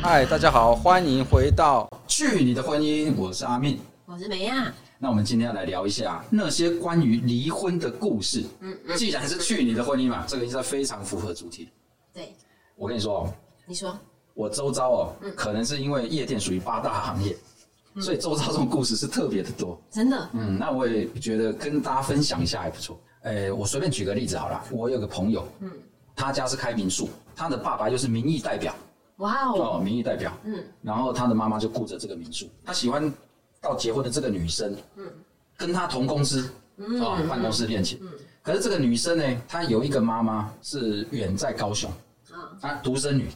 嗨，大家好，欢迎回到《去你的婚姻》，我是阿命。我是梅亚，那我们今天要来聊一下那些关于离婚的故事。嗯，既然是去你的婚姻嘛，这个应该非常符合主题。对，我跟你说哦，你说，我周遭哦，嗯可能是因为夜店属于八大行业，所以周遭这种故事是特别的多。真的，嗯，那我也觉得跟大家分享一下还不错。诶，我随便举个例子好了，我有个朋友，嗯，他家是开民宿，他的爸爸又是民意代表，哇哦，哦，民意代表，嗯，然后他的妈妈就顾着这个民宿，他喜欢到结婚的这个女生，嗯，跟他同公司，嗯，啊、办公室恋情，嗯，可是这个女生呢，她有一个妈妈是远在高雄，啊，她独生女，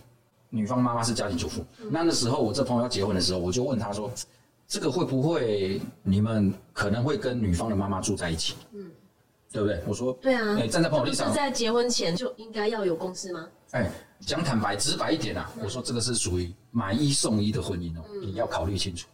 女方妈妈是家庭主妇。那那时候我这朋友要结婚的时候，我就问他说，这个会不会你们可能会跟女方的妈妈住在一起？嗯，对不对？我说，对啊哎，站在朋友不立是场，在结婚前就应该要有共识吗？哎，讲坦白直白一点啊，嗯我说这个是属于买一送一的婚姻哦，你要考虑清楚。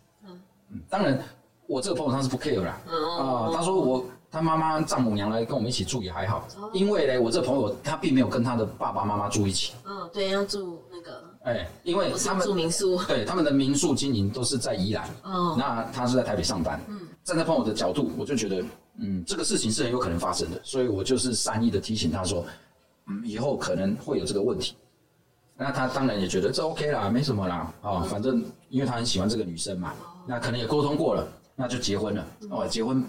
嗯，当然，我这个朋友他是不 care 啦。哦啊，他说我他妈妈丈母娘来跟我们一起住也还好，哦因为呢，我这朋友他并没有跟他的爸爸妈妈住一起，嗯，对，要住那个，哎，因为不是他们住民宿，对他们的民宿经营都是在宜兰，哦那他是在台北上班。嗯，站在朋友的角度，我就觉得，嗯，这个事情是很有可能发生的，所以我就是善意的提醒他说，嗯，以后可能会有这个问题。那他当然也觉得这 OK 啦，没什么啦，嗯哦，反正因为他很喜欢这个女生哦嘛，那可能也沟通过了，那就结婚了。嗯哦，结婚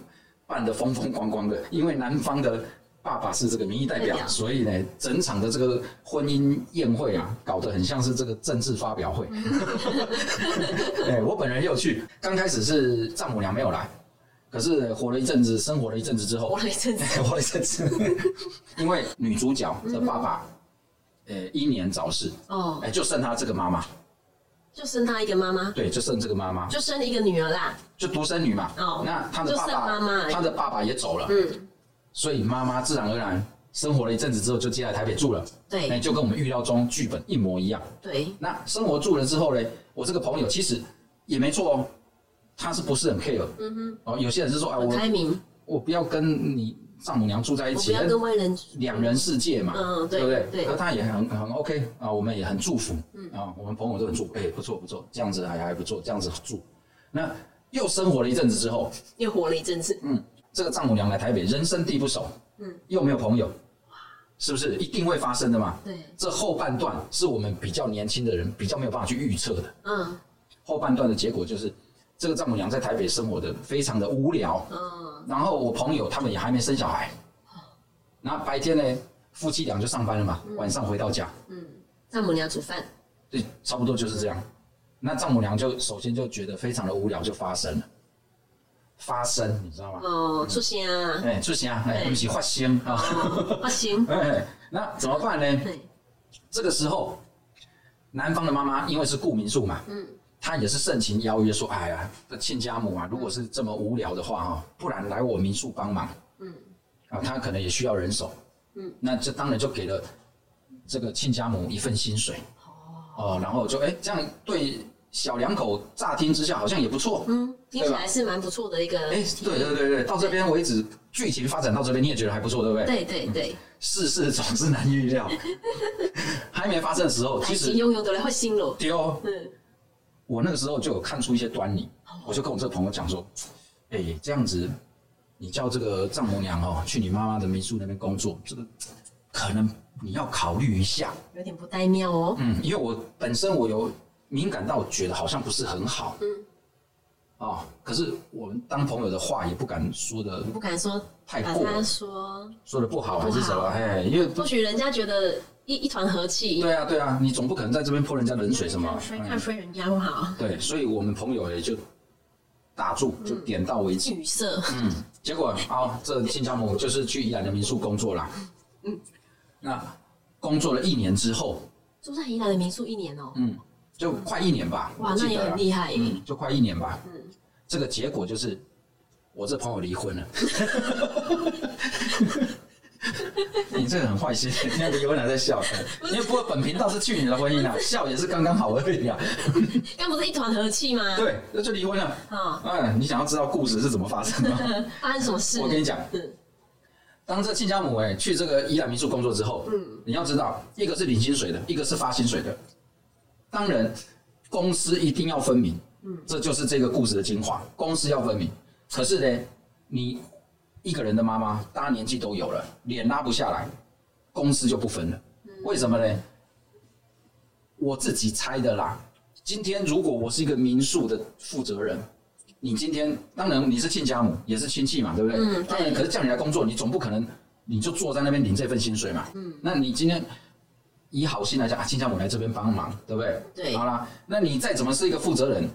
办得风风光光的，因为男方的爸爸是这个民意代表，代表所以呢，整场的这个婚姻宴会啊，搞得很像是这个政治发表会。嗯 哎、我本人也有去，刚开始是丈母娘没有来，可是活了一阵子，生活了一阵子之后 哎活，了一阵子，活了一阵子， 因为女主角的爸爸，呃、英年早逝，哦哎、，就剩她这个妈妈，就生他一个妈妈，对，就剩这个妈妈，就生一个女儿啦，就独生女嘛。哦那她的就爸剩妈妈而爸，已她的爸爸也走了，嗯，所以妈妈自然而然生活了一阵子之后，就接来台北住了。哎、对就跟我们预料中剧本一模一样。对，那生活住了之后呢，我这个朋友其实也没错哦，他是不是很 care？嗯哼。哦，有些人是说，哎，很我哎开明，我不要跟你丈母娘住在一我起，不要跟外人，两人世界嘛，嗯对不对？对嗯那他也很很 OK 啊，我们也很祝福，啊，我们朋友都很祝福，哎，不错不错，这样子还还不错，这样子住。那又生活了一阵子之后，又活了一阵子，嗯，这个丈母娘来台北，人生地不熟，嗯，又没有朋友，是不是一定会发生的嘛？对，这后半段是我们比较年轻的人比较没有办法去预测的，嗯后半段的结果就是，这个丈母娘在台北生活的非常的无聊，嗯，然后我朋友他们也还没生小孩，然后白天呢，夫妻俩就上班了嘛，晚上回到家，丈母娘煮饭，对，差不多就是这样。那丈母娘就首先就觉得非常的无聊，就发生了，发生，你知道吗？哦，出声 啊，哎、出现啊，哎、对不起，发生 啊，哦啊行，哎、那怎么办呢？对，这个时候，男方的妈妈因为是顾民宿嘛，嗯，她也是盛情邀约说，哎呀，这亲家母啊，如果是这么无聊的话哈、不然来我民宿帮忙，嗯啊，他可能也需要人手，嗯，那这当然就给了这个亲家母一份薪水，哦，然后就哎这样对小两口乍听之下好像也不错，嗯，听起对吧来是蛮不错的一个，哎、对对对对，到这边为止，剧情发展到这边你也觉得还不错，对不对？对对对，世事总是难预 料，还没发生的时候，爱其情实永远都来会心了，丢、嗯。我那个时候就有看出一些端倪，我就跟我这个朋友讲说，哎、这样子，你叫这个丈母娘哦去你妈妈的民宿那边工作，这个可能你要考虑一下，有点不太妙哦。嗯，因为我本身我有敏感到，我觉得好像不是很好，嗯，啊、可是我们当朋友的话也不敢说的不敢说太把过它说，说的不好还是什不么，好嘿，因为不或许人家觉得一一团和气，对啊对啊，你总不可能在这边泼人家冷水什么嗯看，衰看衰人家不好，对，所以我们朋友也就打住，就嗯点到为止。语塞，嗯，结果啊、这亲家母就是去宜兰的民宿工作啦。嗯，那工作了一年之后，住在宜兰的民宿一年哦，嗯，就快一年吧，哇我记那也得啦很厉害耶嗯，就快一年吧。嗯，这个结果就是我这朋友离婚了。 你这个很坏心，你看离婚还在笑，因为不过本频道是去你的婚姻啊，笑也是刚刚好而已啊。刚不是一团和气吗？对，那就离婚了。啊，嗯，你想要知道故事是怎么发生的吗？发生什么事？我跟你讲嗯，当这亲家母哎、去这个宜兰民宿工作之后，嗯，你要知道，一个是领薪水的，一个是发薪水的。当然，公司一定要分明，嗯，这就是这个故事的精华，公司要分明。可是呢，你一个人的妈妈，大家年纪都有了，脸拉不下来，公司就不分了。嗯为什么呢？我自己猜的啦。今天如果我是一个民宿的负责人，你今天当然你是亲家母，也是亲戚嘛，对不对？嗯对当然，可是叫你来工作，你总不可能你就坐在那边领这份薪水嘛。嗯。那你今天以好心来讲啊，亲家母来这边帮忙，对不对？对好啦，那你再怎么是一个负责人，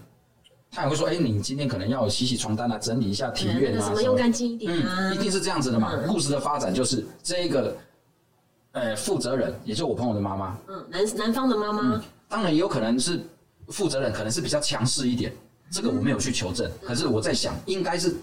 他也会说，哎、你今天可能要洗洗床单啊，整理一下庭嗯那院个啊，什么什用么干净一点啊，嗯，一定是这样子的嘛。嗯故事的发展就是这个，呃，负责人，也就我朋友的妈妈，嗯，男男方的妈妈，当然也有可能是负责人，可能是比较强势一点，这个我没有去求证。嗯可是我在想，应该是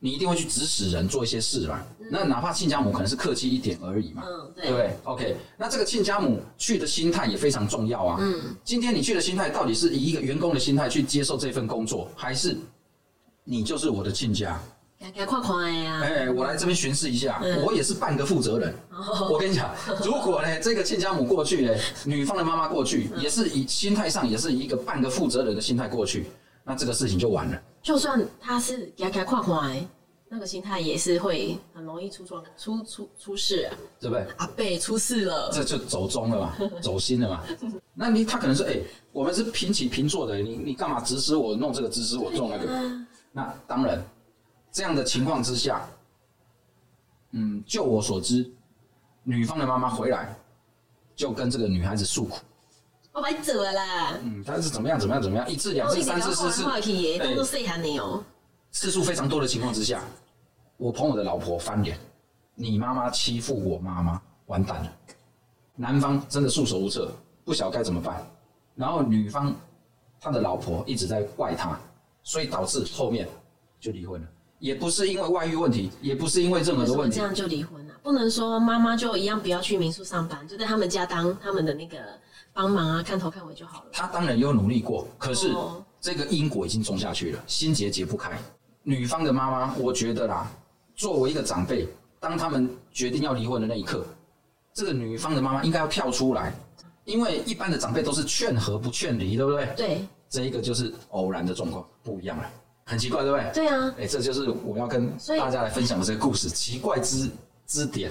你一定会去指使人做一些事嘛。那哪怕亲家母可能是客气一点而已嘛，嗯，对不对，对？OK，那这个亲家母去的心态也非常重要啊。嗯，今天你去的心态到底是以一个员工的心态去接受这份工作，还是你就是我的亲家？给他跨跨呀，哎，我来这边巡视一下，嗯哦我也是半个负责人。我跟你讲，如果呢这个亲家母过去呢，女方的妈妈过去，嗯也是以心态上也是以一个半个负责人的心态过去，那这个事情就完了。就算他是给他跨跨，那个心态也是会很容易出状出出出事啊，对不对？阿贝出事了，这就走中了嘛， 走心了嘛。那你他可能说，哎、我们是平起平坐的，你你干嘛指使我弄这个，指使我做那个？嗯那当然，这样的情况之下，嗯，就我所知，女方的妈妈回来就跟这个女孩子诉苦，我哦白走了啦，嗯，她是怎么样怎么样怎么样，一次哦两次三次四次跨去耶，哎都是细汉的哦，次数非常多的情况之下，我朋友的老婆翻脸，你妈妈欺负我妈妈，完蛋了，男方真的束手无策，不晓该怎么办，然后女方他的老婆一直在怪他，所以导致后面就离婚了。也不是因为外遇问题，也不是因为任何为的什么问题这，样就离婚了、不能说妈妈就一样不要去民宿上班，就在他们家当他们的那个帮忙啊，看头看尾就好了。他当然有努力过，可是哦这个因果已经种下去了，心结解不开。女方的妈妈，我觉得啦，作为一个长辈，当他们决定要离婚的那一刻，这个女方的妈妈应该要跳出来，因为一般的长辈都是劝和不劝离，对不对？对这一个就是偶然的状况，不一样了，很奇怪，对不对？对啊，哎、这就是我要跟所以大家来分享的这个故事，奇怪之之点，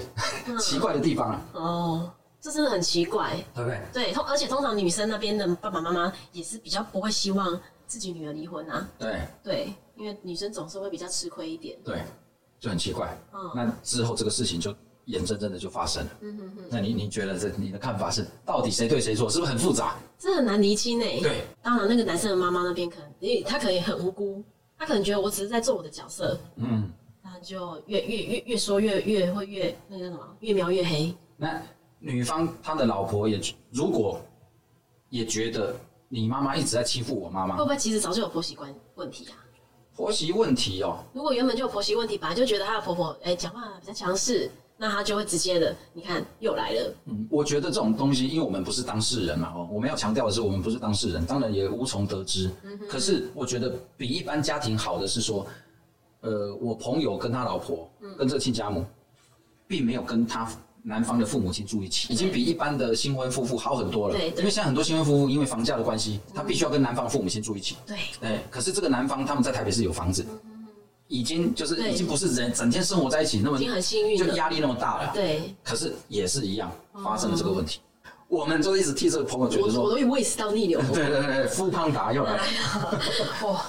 嗯奇怪的地方啊，哦，这真的很奇怪。对不对？对，哦通而且通常女生那边的爸爸妈妈也是比较不会希望自己女儿离婚啊，对。对，因为女生总是会比较吃亏一点。对，就很奇怪。嗯那之后这个事情就眼睁睁的就发生了。嗯嗯嗯。那你你觉得这你的看法是，到底谁对谁错，是不是很复杂？这很难厘清呢、欸对，当然那个男生的妈妈那边可能，因为他可能也很无辜，他可能觉得我只是在做我的角色，嗯。那就越越越越说越越会越那个叫什么，越描越黑。那女方她的老婆也如果也觉得你妈妈一直在欺负我妈会妈，不会其实早就有婆媳关问题啊？婆媳问题哦，如果原本就有婆媳问题，本来就觉得她的婆婆哎讲、话比较强势，那她就会直接的，你看又来了，嗯，我觉得这种东西，因为我们不是当事人嘛，哦，我们要强调的是，我们不是当事人，当然也无从得知。嗯可是我觉得比一般家庭好的是说，呃，我朋友跟他老婆，嗯跟这个亲家母，并没有跟他男方的父母亲住一起，已经比一般的新婚夫妇好很多了。对对嗯因为现在很多新婚夫妇因为房价的关系，他必须要跟男方父母亲住一起。对，哎，可是这个男方他们在台北市有房子，已经就是嗯对已经不是人整天生活在一起，那么已经很幸运嗯就了。压力那么大了。对，可是也是一样发生了这个问题。我们就一直替这个朋友觉我得哦我嗯说，都胃食道逆 流，对对对，富胖达又来了，哇，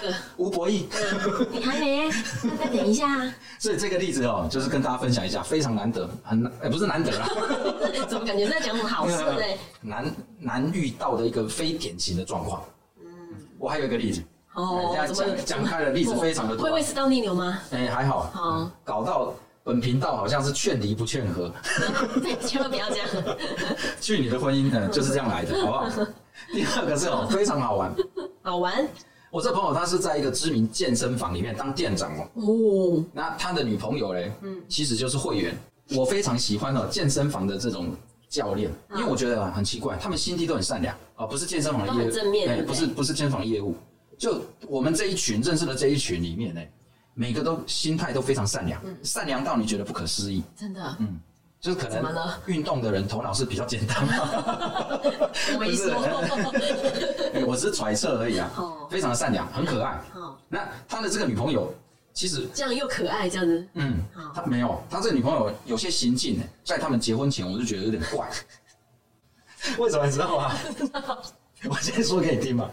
这个吴博义。嗯你还没，啊再等一下，啊所以这个例子哦，就是跟大家分享一下，非常难得，很难，哎，不是难得 啦， 怎么感觉在讲什么好事呢？难难遇到的一个非典型的状况。我还有一个例子，嗯哦哎，现怎在么讲讲开的例子非常的多啊会，哦胃食道逆流吗？ 哎，还好，好，搞到本频道好像是劝离不劝和， 千万不要这样。 去你的婚姻呢就是这样来的，好不好？第二个是哦，非常好玩，好玩我这朋友他是在一个知名健身房里面当店长哦，哦，那他的女朋友嘞，嗯，其实就是会员。我非常喜欢哦，健身房的这种教练，因嗯为我觉得啊很奇怪，他们心地都很善良哦，不是健身房的都业务，很正面哎对不不对是不是健身房的业务，就我们这一群认识的这一群里嗯面呢，每个都心态都非常善良，善良到你觉得不可思议。真的，就是可怎么能了运动的人头脑是比较简单嘛， 我没说。哎我只是揣测而已啊哦，非常的善良，很可爱。 好，那他的这个女朋友，其实这样又可爱，这样子。嗯，好他没有，他这女朋友有些行径呢，在他们结婚前我就觉得有点 怪。为什么你知道吗？ 我先说给你听吧。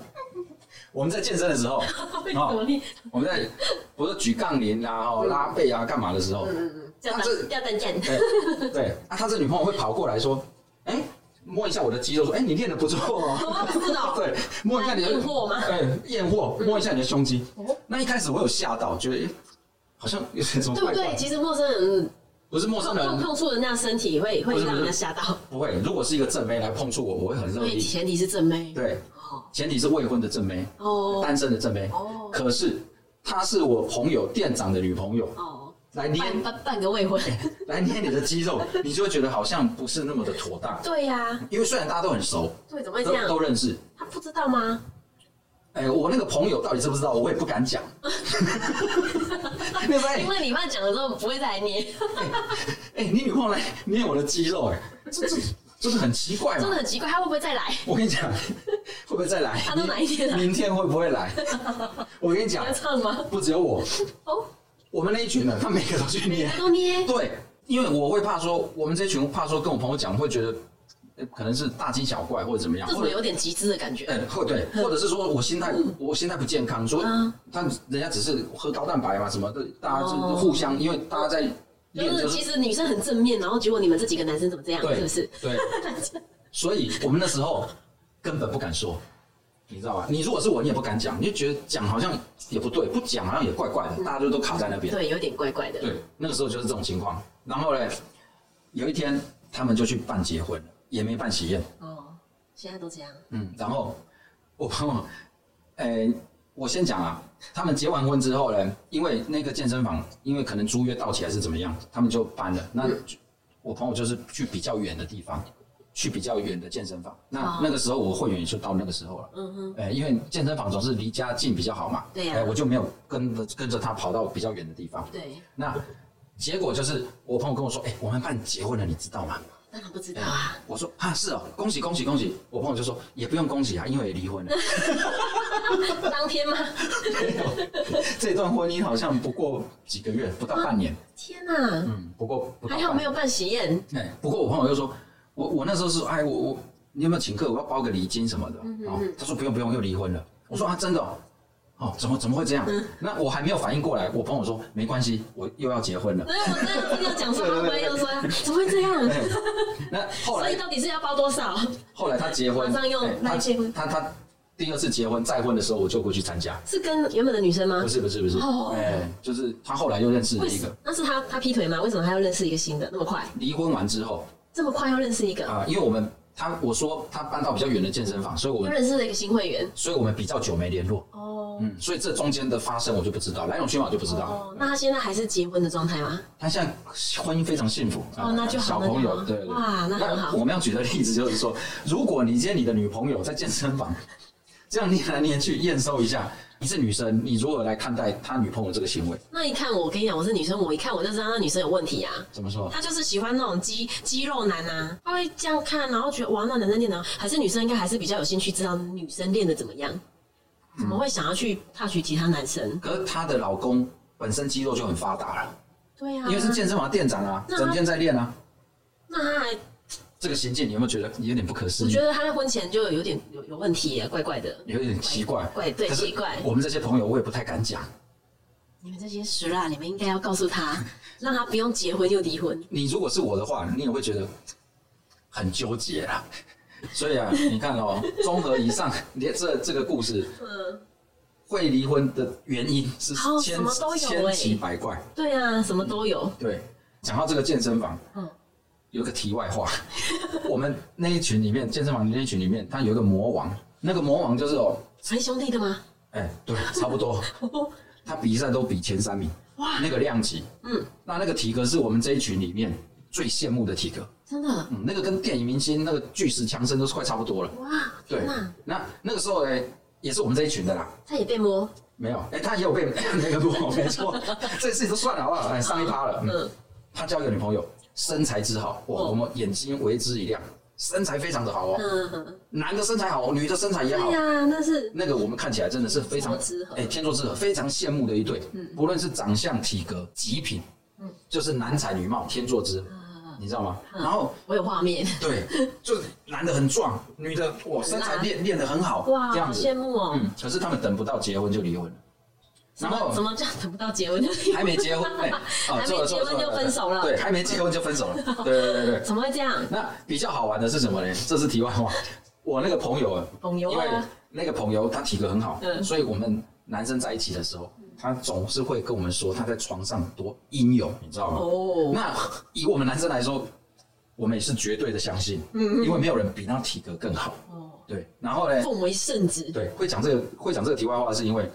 我们在健身的 时候，为什么你？我们在不是举杠铃啦、哦拉背啊、干嘛的时候，嗯嗯嗯，叫他这蛋叫 蛋蛋。对对，啊，他这女朋友会跑过来说，哎、摸一下我的肌肉，说，哎、你练的不错哦。 哦，是的。对，摸一下你的啊那验货吗嗯对，验货，摸一下你的胸肌。哦那一开始我有吓到，觉得、哎好像有点什么对怪不怪对？的，其实陌生人不是陌生碰人碰，碰触人家的身体会不会是让不人是家吓到，不会，如果是一个正妹来碰触我，我会很所乐以意。前提是正妹。对，哦前提是未婚的正妹，哦单身的正妹。哦可是她是我朋友店长的女朋友，哦，来捏半半半个未婚。来捏你的肌肉， 你就会觉得好像不是那么的妥当。对呀，因为虽然大家都很熟，对，怎么会都这样？都认识。他不知道吗？哎，我那个朋友到底知不知道，我也不敢 讲。那时候哎因为你爸讲了之后不会再来捏，哎，你女朋友来捏我的肌肉，哎，这这就是很奇怪真嘛的。很奇怪，他会不会再来？我跟你 讲，会不会再来？她都哪一天来明天会不会 来？我跟你你讲要，唱吗？不只有我，哦，我们那一群人，他每个都去每捏个。都捏，对，因为我会怕说，我们这群怕说跟我朋友讲，会觉得呃可能是大惊小怪或者怎么样，这怎或么者有点极致的感觉？嗯，或对，或者是说我心态我心态不健康，说嗯他人家只是喝高蛋白嘛什么的，大家哦就互相，因为大家在练就是就其是实女生很正面，然后结果你们这几个男生怎么这样？是对不是？对，所以我们那时候根本不敢说。你知道吧？你如果是我，你也不敢讲，你就觉得讲好像也不对，不讲好像也怪怪的，大家就都卡在那边。对，有点怪怪的。对，那个时候就是这种情况。然后嘞，有一天他们就去办结婚了，也没办喜宴。哦，现在都这样。嗯，然后我朋友，哎、我先讲啊，他们结完婚之后呢，因为那个健身房，因为可能租约到期还是怎么样，他们就搬了。那嗯就我朋友就是去比较远的地方，去比较远的健身房。哦那那个时候我会员也就到那个时候了。嗯哼，哎，因为健身房总是离家近比较好嘛，对呀哎我就没有跟着跟着他跑到比较远的地方。对，那结果就是我朋友跟我说：“哎、我们办结婚了，你知道吗当然不知道啊。？”我说：“啊，是哦，恭喜恭喜恭喜！”我朋友就说：“也不用恭喜啊，因为也离婚了， 啊 当天吗？这段婚姻好像不过几个月，不到半年，天哪，嗯，不过不到还好半没年有办喜宴。 哎，不过我朋友就说：“我我那时候是哎，我我你有没有请客？我要包个礼金什么的。嗯哦，他说：“不用不用，又离婚了。”我说：“啊，真的哦。”哦，怎么怎么会这样？嗯那我还没有反应过来，我朋友说没关系，我又要结婚了。那我真的听到讲说，对他对对们会又说啊怎么会这样？哎那后所来以到底是要包多少？后来他结婚，马上又哎来他结婚他他第二次结婚再婚的时候，我就过去参加。是跟原本的女生吗不？是不是不是，哎、哦就是他后来又认识了一个。那是他他劈腿吗？为什么他要认识一个新的？那么快，离婚完之后这么快要认识一个，啊、因为我们他我说他搬到比较远的健身房，所以我又们认识了一个新会员。所以我们比较久没联络。哦，嗯，所以这中间的发生我就不知道，来龙去脉我就不知道。哦，那他现在还是结婚的状态吗？他现在婚姻非常幸福啊哦那就好小那就朋友好对对哇那很好我们要举的例子就是说，如果你今天你的女朋友在健身房这样念来念去验收一下，你是女生，你如何来看待他女朋友这个行为？那一看我，我跟你讲，我是女生，我一看我就知道那女生有问题啊。怎么说？她就是喜欢那种肌肌肉男啊，她会这样看，然后觉得哇，那男生练的，还是女生应该还是比较有兴趣知道女生练的怎么样，怎么会想要去 touch 其他男生？可是她的老公本身肌肉就很发达了，对啊，因为是健身房店长啊，那整天在练啊，那他还这个行径你有没有觉得有点不可思我议觉？得他在婚前就有点有有问题耶，怪怪的。有点奇怪，怪对可是奇怪我们这些朋友，我也不太敢讲。你们这些石蜡，你们应该要告诉他， 让他不用结婚又离婚。你如果是我的话，你也会觉得很纠结啊。所以啊，你看哦，综合以上连这这个故事，嗯，会离婚的原因是好千、什么都有千欸奇百怪。对啊，什么都有。对，讲到这个健身房，嗯有个题外 话，我们那一群里面，健身房那一群里面，他有一个魔王，那个魔王就是哦，传兄弟的吗？哎、对，差不多，他比赛都比前三名，哇那个量级， 嗯，那那个体格是我们这一群里面最羡慕的体格。真的嗯，那个跟电影明星那个巨石强森都是快差不多了。哇！对天哪，，那那个时候呢，也是我们这一群的啦。他也被摸。没有，哎、他也有 被那个过，没错，这事情都算了好不好？哎，上一趴了。嗯，嗯，他交一个女朋友，身材之好，哇，哦我们眼睛为之一亮，身材非常的好哦，嗯，嗯男的身材好，女的身材也好对，呀，那是那个我们看起来真的是非常天作之合哎，天作之合，非常羡慕的一对。不论是长相、体格、极品，就是男才女貌，天作之合，你知道吗？然后呃我有画面，对，就男的很壮，女的哇身材辣练练得很好，哇，这样好子羡。慕哦。嗯，可是他们等不到结婚就离婚了，怎然后么怎么叫等不到结婚就还没结婚，哎，哦还没错了错了结婚就错了分手了对，还没结婚就分手了，对对对对。怎么会这样？那比较好玩的是什么呢？这是题外话。我那个朋友啊，朋友啊因为那个朋友他体格很好，嗯所以我们男生在一起的时候，他总是会跟我们说他在床上多英勇，你知道吗？哦，那以我们男生来说，我们也是绝对的相信，嗯因为没有人比他体格更好。哦对，然后呢，奉为圣旨，对，会讲这个会讲这个题外话，是因为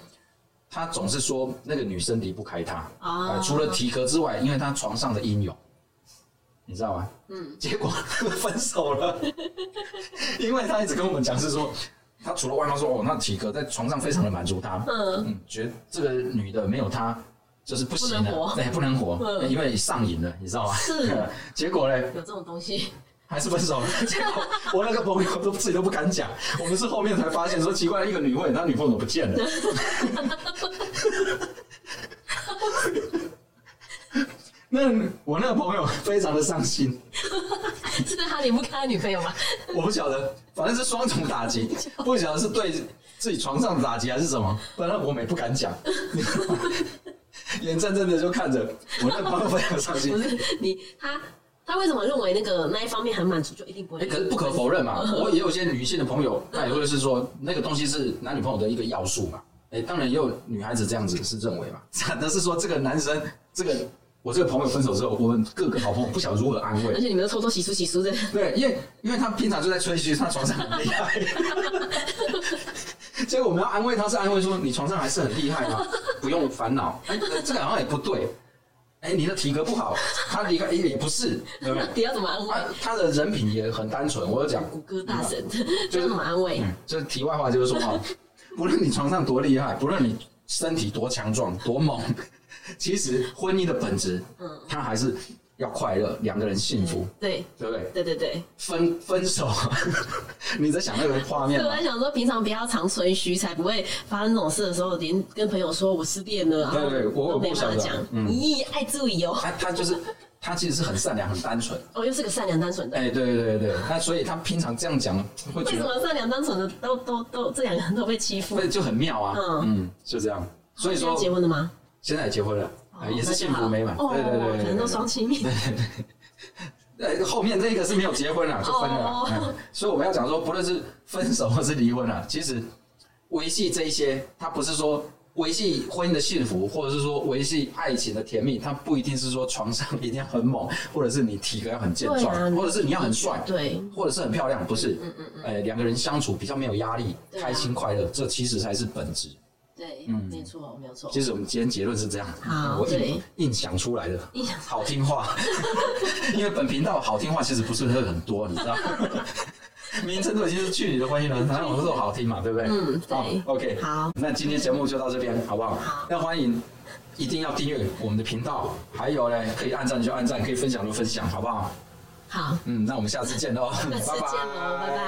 他总是说那个女生离不开他啊呃除了体格之外，因为他床上的英勇，你知道吗？嗯，结果分手了，因为他一直跟我们讲是说。他除了外貌说哦，那体格在床上非常的满足他，嗯嗯，觉得这个女的没有他就是不行不能的，活对，不能活，嗯因为上瘾了，你知道吗？是， 结果呢，有这种东西， 还是分手了。结果 我那个朋友都自己都不敢讲，我们是后面才发现说奇怪，一个女会，她女朋友不见了。 那我那个朋友非常的伤心，是他离不开他女朋友 吗？我不晓得，反正是双重打击，不晓得是对自己床上的打击还是什么，反正我们也不敢讲， 眼睁睁的就看着我那个朋友非常伤心不。是你他他为什么认为那个那一方面很满足就一定不哎、会？可是不可否认嘛，我也有些女性的朋友，那也会是说那个东西是男女朋友的一个要素嘛。哎、当然也有女孩子这样子是认为嘛， 惨的是说这个男生，这个我这个朋友分手之后，我们各个好朋友不晓得如何安而慰。且你们都偷偷洗漱洗漱的，对，因为因为他平常就在吹嘘他床上很厉害， 结果我们要安慰他是安慰说你床上还是很厉害嘛，不用烦恼。哎、这个好像也不对。哎、你的体格不好，他离开、哎也不是，对不对？ 你要怎么安他慰？他的人品也很单纯，我就讲谷歌大神， 这要怎么安慰？嗯，就是题外话，就是说啊，不论你床上多厉害，不论你身体多强壮、多猛， 其实婚姻的本质，嗯，它还是要快乐，两个人幸福，对对不对？对对对，分 分手，你在想那个画所面以我吗在？想说，平常不要常吹嘘，才不会发生这种事的时候，连跟朋友说我失恋了，然后对对我都没我办法想的讲。嗯咦，爱注意哦，他他就是他其实是很善良、很单纯，哦，又是个善良单纯的。哎，对对对对，那所以他平常这样讲，会为觉什得么善良单纯的都都都这两个人都被欺负？会就很妙啊，嗯哦嗯，就这样。 所以现在说结婚了吗？现在也结婚了，哎也是哦幸福美满，那就好对对对哦对，可对能都双亲。 呃，后面这个是没有结婚了，就分了啦哦。嗯所以我们要讲说，不论是分手或是离婚啊，其实维系这一些，它不是说维系婚姻的幸福，或者是说维系爱情的甜蜜，它不一定是说床上一定要很猛，或者是你体格要很健对啊壮，或者是你要很帅，对，或者是很漂亮，不是？嗯嗯哎，两个人相处比较没有压力，对啊开心快乐，这其实才是本质。对，没错，没有错。嗯其实我们今天结论是这样，好我硬对硬想出来的，硬想好听话， 因为本频道好听话其实不是会很多，你知道， 名称都已经是去你的婚姻了，反正我们说好听嘛，对不对？嗯对哦 OK，好，那今天节目就到这边，好不好？好那欢迎。一定要订阅我们的频道，还有呢，可以按赞就按赞，可以分享就分享，好不好？好，嗯，那我们下次见喽， 下次见喽，拜拜。